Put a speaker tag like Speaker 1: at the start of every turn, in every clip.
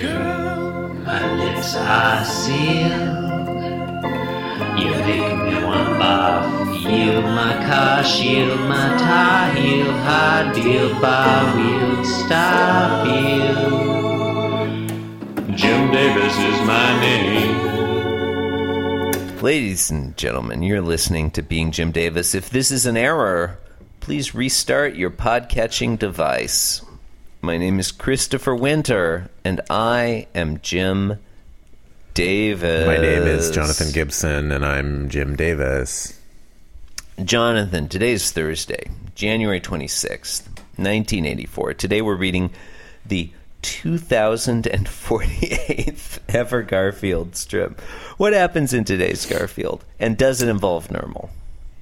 Speaker 1: Girl,
Speaker 2: My lips are sealed. You make me want to barf. Yield my car, shield my tie, heel, hard deal, bar wheel, stop you. Jim Davis is my name.
Speaker 3: Ladies and gentlemen, you're listening to Being Jim Davis. If this is an error, please restart your podcatching device. My name is Christopher Winter, and I am Jim Davis.
Speaker 1: my name is Jonathan Gibson, and I'm Jim Davis.
Speaker 3: Jonathan, today's Thursday, January 26th, 1984. Today we're reading the 2048th ever Garfield strip. What happens in today's Garfield, and does it involve normal?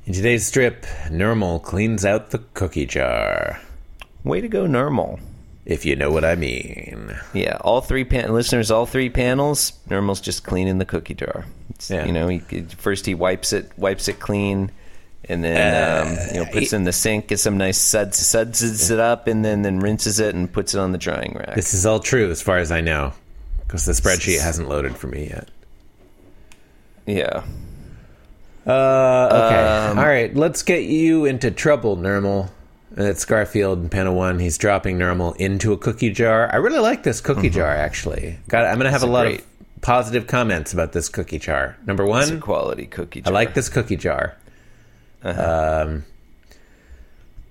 Speaker 1: In today's strip, Normal cleans out the cookie jar,
Speaker 3: Way to go, normal.
Speaker 1: if you know what I mean.
Speaker 3: Yeah, all three pan- listeners, all three panels. Normal's just cleaning the cookie jar. It's,
Speaker 1: Yeah.
Speaker 3: You know, he, he- first he wipes it, wipes it clean, and
Speaker 1: Uh,
Speaker 3: then um, you know puts it in the sink, gets some nice suds, suds it up, and then then rinses it and puts it on the drying rack.
Speaker 1: This is all true as far as I know, because the spreadsheet hasn't loaded for me yet.
Speaker 3: yeah,
Speaker 1: Uh, okay. All right. Let's get you into trouble, Normal. It's Garfield in panel one. He's dropping Normal into a cookie jar. I really like this cookie jar, actually. God, I'm going to have a lot
Speaker 3: great-
Speaker 1: of positive comments about this cookie jar. Number
Speaker 3: it's a
Speaker 1: one,
Speaker 3: quality cookie
Speaker 1: I
Speaker 3: jar.
Speaker 1: like this cookie jar.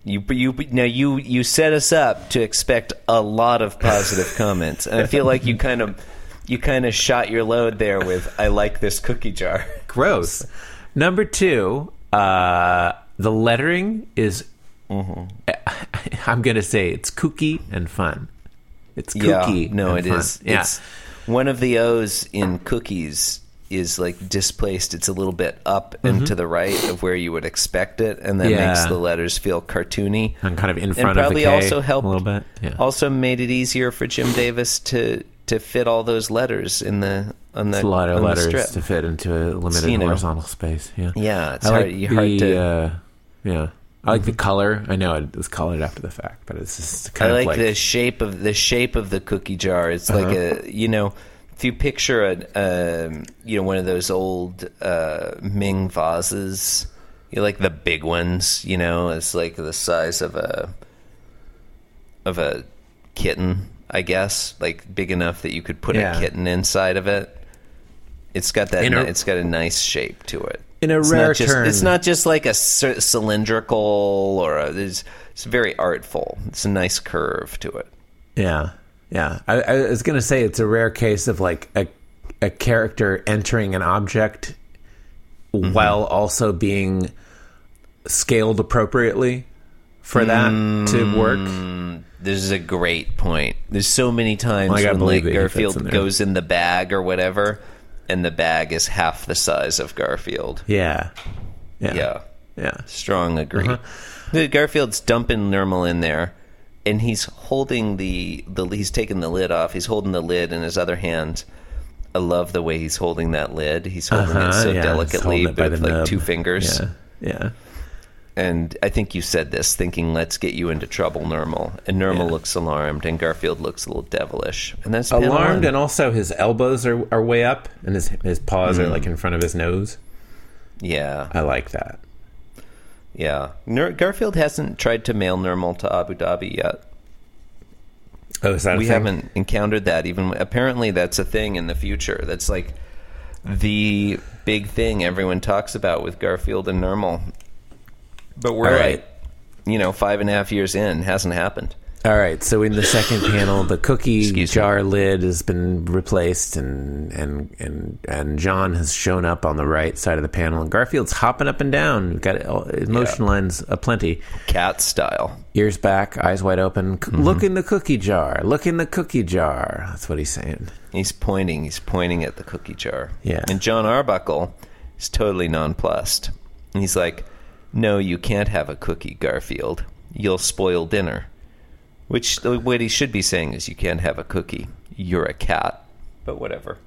Speaker 3: you. But you but now you you set us up to expect a lot of positive comments, and I feel like you kind of you kind of shot your load there with I like this cookie jar.
Speaker 1: Gross. Number two, uh, the lettering is.
Speaker 3: Mm-hmm.
Speaker 1: I'm going to say it's kooky and fun. It's kooky.
Speaker 3: Yeah, no,
Speaker 1: and
Speaker 3: it
Speaker 1: fun.
Speaker 3: is.
Speaker 1: Yeah.
Speaker 3: It's one of the O's in cookies is like displaced. It's a little bit up and to the right of where you would expect it, and that
Speaker 1: Mm-hmm. Yeah.
Speaker 3: makes the letters feel cartoony.
Speaker 1: and kind of in front
Speaker 3: and
Speaker 1: of
Speaker 3: probably
Speaker 1: the K
Speaker 3: also helped
Speaker 1: a little bit. Yeah.
Speaker 3: Also made it easier for Jim Davis to to fit all those letters in the on the
Speaker 1: It's a lot of
Speaker 3: on the
Speaker 1: letters
Speaker 3: strip.
Speaker 1: to fit into a limited
Speaker 3: you know.
Speaker 1: horizontal space. Yeah,
Speaker 3: Yeah, it's
Speaker 1: I
Speaker 3: hard,
Speaker 1: like
Speaker 3: you- hard
Speaker 1: the,
Speaker 3: to. Mm-hmm.
Speaker 1: uh, yeah, I like the color. I know it was colored after the fact, but it's just
Speaker 3: I
Speaker 1: kind of
Speaker 3: like,
Speaker 1: like Uh-huh.
Speaker 3: the shape of the shape of the cookie jar. It's like a you know, if you picture a um, you know one of those old uh, Ming vases, you like the big ones. You know, it's like the size of a of a kitten, I guess, like big enough that you could put
Speaker 1: Yeah.
Speaker 3: a kitten inside of it. It's got that.
Speaker 1: In a-
Speaker 3: ni- it's got a nice shape to it.
Speaker 1: In a
Speaker 3: it's
Speaker 1: rare
Speaker 3: not just,
Speaker 1: turn-
Speaker 3: it's not just like a cy- cylindrical or a, it's, it's very artful. It's a nice curve to it.
Speaker 1: yeah, yeah. I, I was gonna say it's a rare case of like a a character entering an object
Speaker 3: Mm-hmm.
Speaker 1: while also being scaled appropriately for that
Speaker 3: Mm.
Speaker 1: to work.
Speaker 3: This is a great point. There's so many times
Speaker 1: Like, I
Speaker 3: when
Speaker 1: believe
Speaker 3: like
Speaker 1: it, he fits
Speaker 3: Garfield
Speaker 1: in there.
Speaker 3: goes in the bag or whatever, and the bag is half the size of Garfield.
Speaker 1: Yeah, yeah,
Speaker 3: Yeah,
Speaker 1: yeah.
Speaker 3: strong agree.
Speaker 1: Uh-huh.
Speaker 3: The Garfield's dumping normal in there, and he's holding the the he's taking the lid off. He's holding the lid in his other hand. I love the way he's holding that lid. He's holding
Speaker 1: Uh-huh,
Speaker 3: it so
Speaker 1: yeah, it's
Speaker 3: delicately
Speaker 1: holding it by
Speaker 3: with
Speaker 1: the
Speaker 3: like
Speaker 1: nub.
Speaker 3: two fingers.
Speaker 1: Yeah, yeah.
Speaker 3: And I think you said this, thinking, let's get you into trouble, Normal. And Normal
Speaker 1: Yeah.
Speaker 3: looks alarmed, and Garfield looks a little devilish. And that's panel
Speaker 1: alarmed
Speaker 3: one.
Speaker 1: and also his elbows are, are way up and his his paws
Speaker 3: Mm.
Speaker 1: are like in front of his nose
Speaker 3: Yeah,
Speaker 1: i like that
Speaker 3: yeah. Ner- Garfield hasn't tried to mail Normal to Abu Dhabi yet.
Speaker 1: oh is that a
Speaker 3: we
Speaker 1: thing?
Speaker 3: haven't encountered that even apparently that's a thing in the future that's like the big thing everyone talks about with garfield and normal but we're
Speaker 1: All
Speaker 3: like,
Speaker 1: right.
Speaker 3: you know five and a half years in hasn't happened
Speaker 1: all right so in the second panel the cookie
Speaker 3: Excuse me.
Speaker 1: jar lid has been replaced and and and and john has shown up on the right side of the panel and garfield's hopping up and down We've got all- emotion lines aplenty
Speaker 3: cat style
Speaker 1: ears back eyes wide open C- look in the cookie jar look in the cookie jar that's what he's saying
Speaker 3: he's pointing he's pointing at the cookie jar
Speaker 1: Yeah.
Speaker 3: and john arbuckle is totally nonplussed and he's like no you can't have a cookie garfield you'll spoil dinner which what he should be saying is you can't have a cookie you're a cat but whatever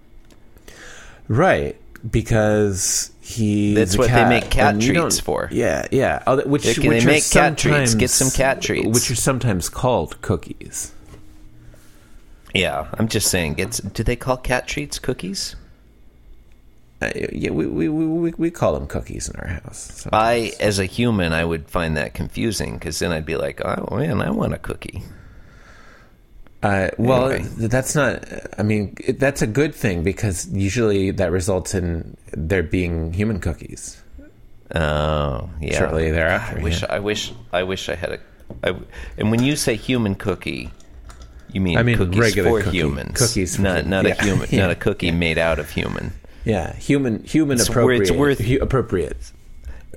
Speaker 1: Right, because he.
Speaker 3: That's what they make cat treats for.
Speaker 1: Yeah, yeah. Oh, th- which
Speaker 3: They can-
Speaker 1: which
Speaker 3: they
Speaker 1: are
Speaker 3: make cat treats. Get
Speaker 1: sometimes-
Speaker 3: some cat treats.
Speaker 1: which are sometimes called cookies.
Speaker 3: Yeah, I'm just saying. It's do they call cat treats cookies?
Speaker 1: Uh, yeah, we, we, we, we- we call them cookies in our house. so-
Speaker 3: I, as a human, I would find that confusing because then I'd be like, "Oh man, I want a cookie."
Speaker 1: Uh, well,
Speaker 3: Anyway.
Speaker 1: th- that's not. I mean, it, that's a good thing because usually that results in there being human cookies.
Speaker 3: Oh, yeah.
Speaker 1: Shortly thereafter,
Speaker 3: I wish.
Speaker 1: yeah.
Speaker 3: I wish. I wish I had a. I w and when you say human cookie, you mean
Speaker 1: I mean
Speaker 3: cookies
Speaker 1: regular
Speaker 3: for
Speaker 1: cookie-
Speaker 3: humans,
Speaker 1: cookies for
Speaker 3: not
Speaker 1: hum-
Speaker 3: not
Speaker 1: yeah.
Speaker 3: a human,
Speaker 1: Yeah.
Speaker 3: not a cookie made out of human.
Speaker 1: Yeah, human human
Speaker 3: It's wor-
Speaker 1: appropriate.
Speaker 3: it's worth-
Speaker 1: hu- appropriate.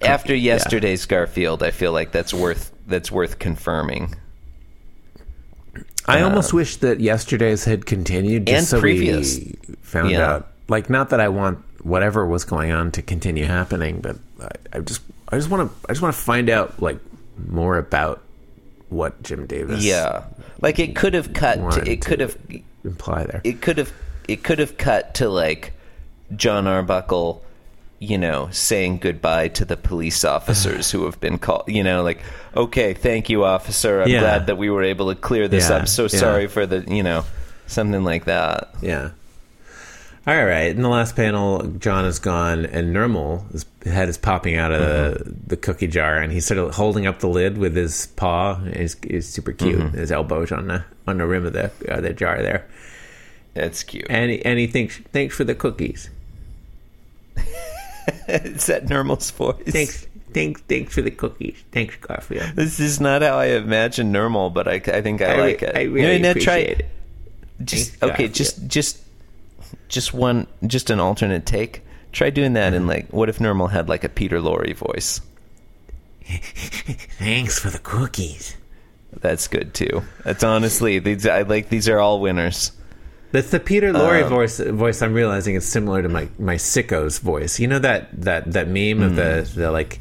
Speaker 3: After yesterday's Garfield, I feel like that's worth that's worth confirming.
Speaker 1: I almost wish that yesterday's had continued just
Speaker 3: And
Speaker 1: so
Speaker 3: previous.
Speaker 1: we found
Speaker 3: Yeah.
Speaker 1: out. Like, not that I want whatever was going on to continue happening, but I, I just I just want to I just want to find out like more about what Jim Davis
Speaker 3: Yeah, like it could have cut.
Speaker 1: wanted
Speaker 3: To, it
Speaker 1: to
Speaker 3: could have.
Speaker 1: imply there.
Speaker 3: It could have. It could have cut to like John Arbuckle, you know, saying goodbye to the police officers who have been called. You know, like, okay, thank you, officer. I'm
Speaker 1: Yeah.
Speaker 3: glad that we were able to clear this
Speaker 1: Yeah,
Speaker 3: up. So
Speaker 1: yeah.
Speaker 3: sorry for the. You know, something like that.
Speaker 1: Yeah. All right. In the last panel, John is gone, and Normal his head is popping out of the, the cookie jar, and he's sort of holding up the lid with his paw. He's, he's super cute. His elbows on the on the rim of the uh, the jar there,
Speaker 3: That's cute.
Speaker 1: and he, and he thinks thanks for the cookies.
Speaker 3: Is that Normal's voice?
Speaker 1: Thanks, thanks, thanks for the cookies. Thanks, Garfield.
Speaker 3: This is not how I imagine normal, but I, I think I,
Speaker 1: I,
Speaker 3: like
Speaker 1: re-
Speaker 3: it.
Speaker 1: I
Speaker 3: No,
Speaker 1: really
Speaker 3: no,
Speaker 1: appreciate
Speaker 3: try,
Speaker 1: it.
Speaker 3: Just
Speaker 1: Thanks,
Speaker 3: okay.
Speaker 1: Garfield.
Speaker 3: Just just just one. Just an alternate take. Try doing that
Speaker 1: Mm-hmm.
Speaker 3: in like. What if normal had like a Peter Lorre voice?
Speaker 1: Thanks for the cookies.
Speaker 3: That's good too. That's honestly these. I like these are all winners.
Speaker 1: That's the Peter Lorre
Speaker 3: Um,
Speaker 1: voice. Voice I'm realizing it's similar to my my sicko's voice. You know that that that meme of the the like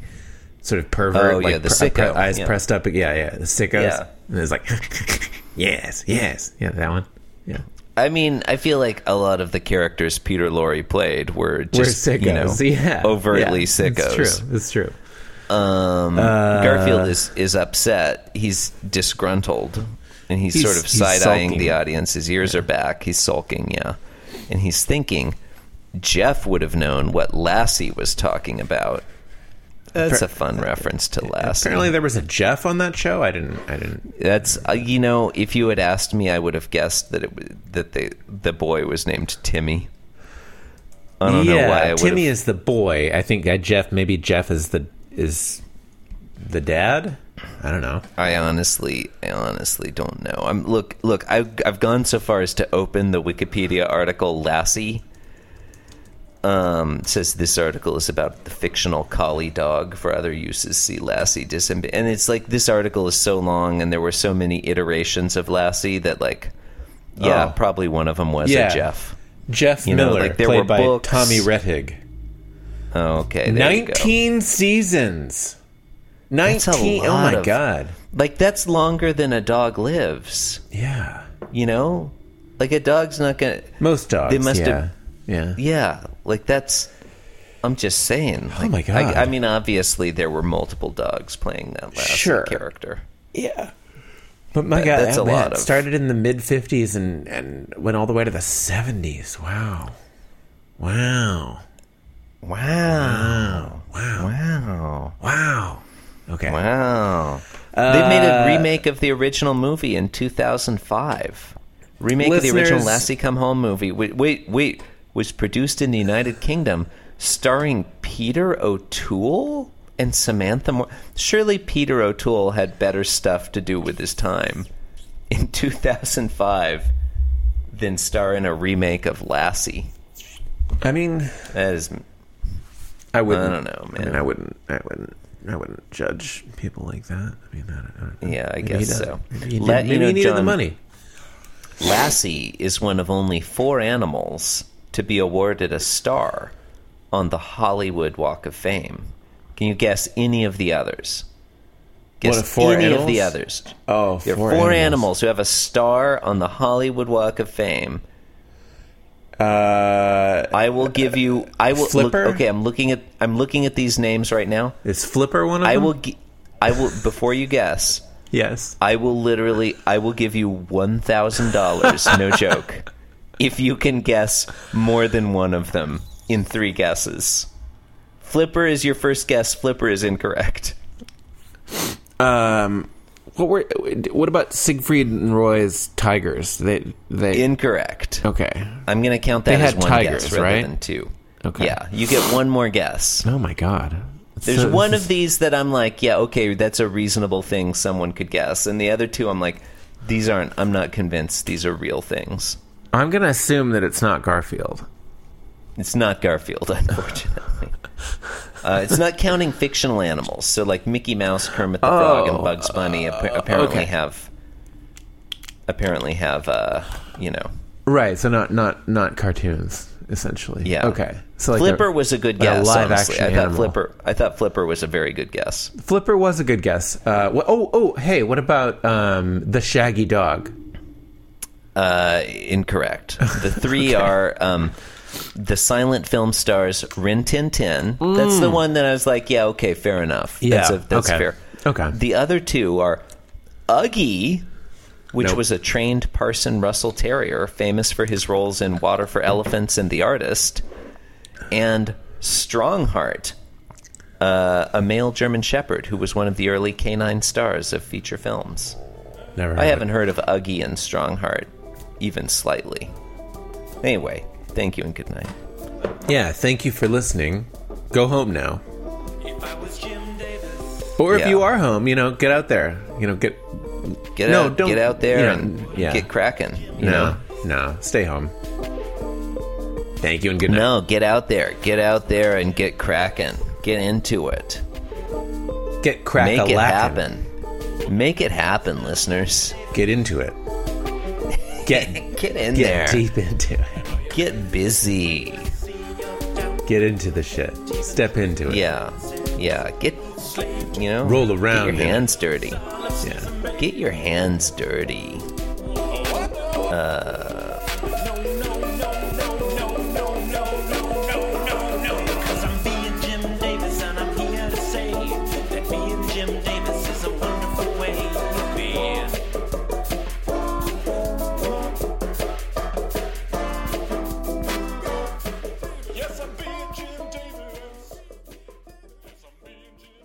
Speaker 1: sort of
Speaker 3: Mm.
Speaker 1: pervert,
Speaker 3: Oh, yeah,
Speaker 1: like
Speaker 3: the
Speaker 1: pre-
Speaker 3: sicko,
Speaker 1: eyes
Speaker 3: yeah.
Speaker 1: pressed up. Yeah, yeah, the sickos.
Speaker 3: Yeah.
Speaker 1: And it's like, yes, yes, yeah, that one. Yeah,
Speaker 3: I mean, I feel like a lot of the characters Peter Lorre played were just
Speaker 1: we're
Speaker 3: you know,
Speaker 1: sickos. yeah,
Speaker 3: overtly
Speaker 1: yeah,
Speaker 3: sickos.
Speaker 1: It's true. It's true.
Speaker 3: Um,
Speaker 1: Mm.
Speaker 3: Garfield is, is upset. He's disgruntled, and he's,
Speaker 1: He's-
Speaker 3: sort of
Speaker 1: he's
Speaker 3: side eyeing the
Speaker 1: sulking.
Speaker 3: audience. His ears are back. He's sulking, yeah, and he's thinking. Jeff would have known what Lassie was talking about. That's a fun reference to Lassie.
Speaker 1: Apparently, there was a Jeff on that show. I didn't. I didn't.
Speaker 3: That's uh, you know, if you had asked me, I would have guessed that it w- that the the boy was named Timmy. I don't
Speaker 1: yeah,
Speaker 3: know why. I would
Speaker 1: Timmy
Speaker 3: have-
Speaker 1: is the boy. I think uh, Jeff. Maybe Jeff is the is the dad. I don't know.
Speaker 3: I honestly, I honestly don't know. I'm look, look. I've I've gone so far as to open the Wikipedia article. Lassie um, says this article is about the fictional collie dog. For other uses, see Lassie disembodied. And it's like this article is so long, and there were so many iterations of Lassie that, like, yeah,
Speaker 1: Oh.
Speaker 3: probably one of them was
Speaker 1: Yeah.
Speaker 3: a Jeff.
Speaker 1: Jeff
Speaker 3: You know,
Speaker 1: Miller,
Speaker 3: like, there
Speaker 1: played
Speaker 3: were
Speaker 1: by
Speaker 3: books.
Speaker 1: Tommy Rettig.
Speaker 3: Oh, okay, there you go.
Speaker 1: Nineteen seasons.
Speaker 3: That's a
Speaker 1: Nineteen. oh
Speaker 3: lot
Speaker 1: my
Speaker 3: of-
Speaker 1: god.
Speaker 3: Like that's longer than a dog lives.
Speaker 1: Yeah.
Speaker 3: You know, like a dog's not gonna.
Speaker 1: Most dogs.
Speaker 3: They must
Speaker 1: yeah.
Speaker 3: have-
Speaker 1: Yeah.
Speaker 3: Yeah, like that's. I'm just saying. Like,
Speaker 1: Oh my God.
Speaker 3: I, I mean, obviously there were multiple dogs playing that last
Speaker 1: Sure.
Speaker 3: character.
Speaker 1: Yeah. But my god,
Speaker 3: that's
Speaker 1: that-
Speaker 3: a lot
Speaker 1: that
Speaker 3: of-
Speaker 1: started in the mid '50s and and went all the way to the '70s. Wow. Wow.
Speaker 3: Wow!
Speaker 1: Wow.
Speaker 3: Wow!
Speaker 1: Wow. Okay.
Speaker 3: Wow! they made
Speaker 1: Uh,
Speaker 3: a remake of the original movie in 2005. Remake of the original
Speaker 1: Listeners-
Speaker 3: Lassie Come Home movie. Wait, wait, wait! Was produced in the United Kingdom, starring Peter O'Toole and Samantha Moore. Surely Peter O'Toole had better stuff to do with his time in 2005 than star in a remake of Lassie.
Speaker 1: I mean,
Speaker 3: That is,
Speaker 1: I wouldn't.
Speaker 3: don't know,
Speaker 1: I, mean,
Speaker 3: man.
Speaker 1: I wouldn't. I wouldn't. I wouldn't judge people like that. I mean, I don't, I don't know.
Speaker 3: yeah, I
Speaker 1: Maybe he
Speaker 3: guess
Speaker 1: doesn't.
Speaker 3: so.
Speaker 1: Maybe he,
Speaker 3: Let-
Speaker 1: didn't- maybe he needed the
Speaker 3: John,
Speaker 1: money.
Speaker 3: Lassie is one of only four animals to be awarded a star on the Hollywood Walk of Fame. Can you guess any of the others? Guess
Speaker 1: What, four
Speaker 3: any of the
Speaker 1: animals?
Speaker 3: others.
Speaker 1: Oh,
Speaker 3: There are four, animals. who have a star on the Hollywood Walk of Fame.
Speaker 1: Uh,
Speaker 3: I will give you. I will. look-
Speaker 1: Flipper?
Speaker 3: okay, I'm looking at. I'm looking at these names right now.
Speaker 1: is Flipper one of
Speaker 3: I
Speaker 1: them?
Speaker 3: will. gi- I will. Before you guess,
Speaker 1: Yes.
Speaker 3: I will literally, I will give you one thousand dollars, no joke, if you can guess more than one of them in three guesses. Flipper is your first guess. Flipper is incorrect.
Speaker 4: Um, what were? What about Siegfried and Roy's tigers? They they
Speaker 3: Incorrect.
Speaker 4: okay.
Speaker 3: I'm gonna count that
Speaker 4: They
Speaker 3: as
Speaker 4: had
Speaker 3: one
Speaker 4: tigers,
Speaker 3: guess rather
Speaker 4: right?
Speaker 3: than two.
Speaker 4: Okay.
Speaker 3: Yeah, you get one more guess.
Speaker 4: Oh my god.
Speaker 3: There's one of these that I'm like, yeah, okay, that's a reasonable thing someone could guess, and the other two I'm like, these aren't. I'm not convinced these are real things.
Speaker 1: I'm going to assume that it's not Garfield.
Speaker 3: It's not Garfield, unfortunately. uh, it's not counting fictional animals. So, like Mickey Mouse, Kermit the Frog,
Speaker 4: Oh,
Speaker 3: and Bugs Bunny
Speaker 1: uh,
Speaker 3: appa- apparently
Speaker 4: okay.
Speaker 3: have apparently have uh, you know.
Speaker 1: Right. So not not not cartoons essentially.
Speaker 3: Yeah.
Speaker 1: Okay. So like
Speaker 3: Flipper
Speaker 1: a-
Speaker 3: was a good guess.
Speaker 1: live
Speaker 3: honestly.
Speaker 1: action
Speaker 3: I thought
Speaker 1: animal.
Speaker 3: Flipper. I thought Flipper was a very good guess.
Speaker 1: Flipper was a good guess. Uh, wh- oh oh hey, what about um, the Shaggy Dog?
Speaker 3: Uh, incorrect. The three are um, the silent film stars Rin Tin Tin. That's the one that I was like, yeah, okay, fair enough. that's,
Speaker 1: Mm. Yeah,
Speaker 3: a, that's
Speaker 1: okay.
Speaker 3: fair.
Speaker 1: Okay.
Speaker 3: The other two are Uggy, which
Speaker 1: Nope.
Speaker 3: was a trained parson Russell Terrier, famous for his roles in Water for Elephants and The Artist, and Strongheart. Uh, a male German Shepherd who was one of the early canine stars of feature films.
Speaker 1: Never.
Speaker 3: I haven't heard of Uggy and Strongheart, even slightly. Anyway, thank you and good night.
Speaker 1: Yeah. Thank you for listening. Go home now. Or if
Speaker 3: Yeah.
Speaker 1: you are home, you know, get out there. You know, get
Speaker 3: Get
Speaker 1: No,
Speaker 3: out,
Speaker 1: don't-
Speaker 3: get out there
Speaker 1: yeah,
Speaker 3: and
Speaker 1: yeah.
Speaker 3: get cracking. You
Speaker 1: no,
Speaker 3: know,
Speaker 1: no, stay home. Thank you and good night.
Speaker 3: no, get out there, get out there and get cracking. Get into it,
Speaker 1: Get crack
Speaker 3: make
Speaker 1: a
Speaker 3: it happen, make it happen, listeners.
Speaker 1: Get into it. Get
Speaker 3: Get in
Speaker 1: get
Speaker 3: there,
Speaker 1: deep into it.
Speaker 3: get busy.
Speaker 1: Get into the shit. Step into it.
Speaker 3: Yeah, yeah. Get you know,
Speaker 1: Roll around
Speaker 3: Get
Speaker 1: in
Speaker 3: your
Speaker 1: it.
Speaker 3: hands dirty.
Speaker 1: Yeah.
Speaker 3: Get your hands dirty.
Speaker 5: Cause I'm being Jim Davis and I'm here to say that being Jim Davis is a wonderful way to be. Yes, I'm being Jim Davis. Yes, I'm being Jim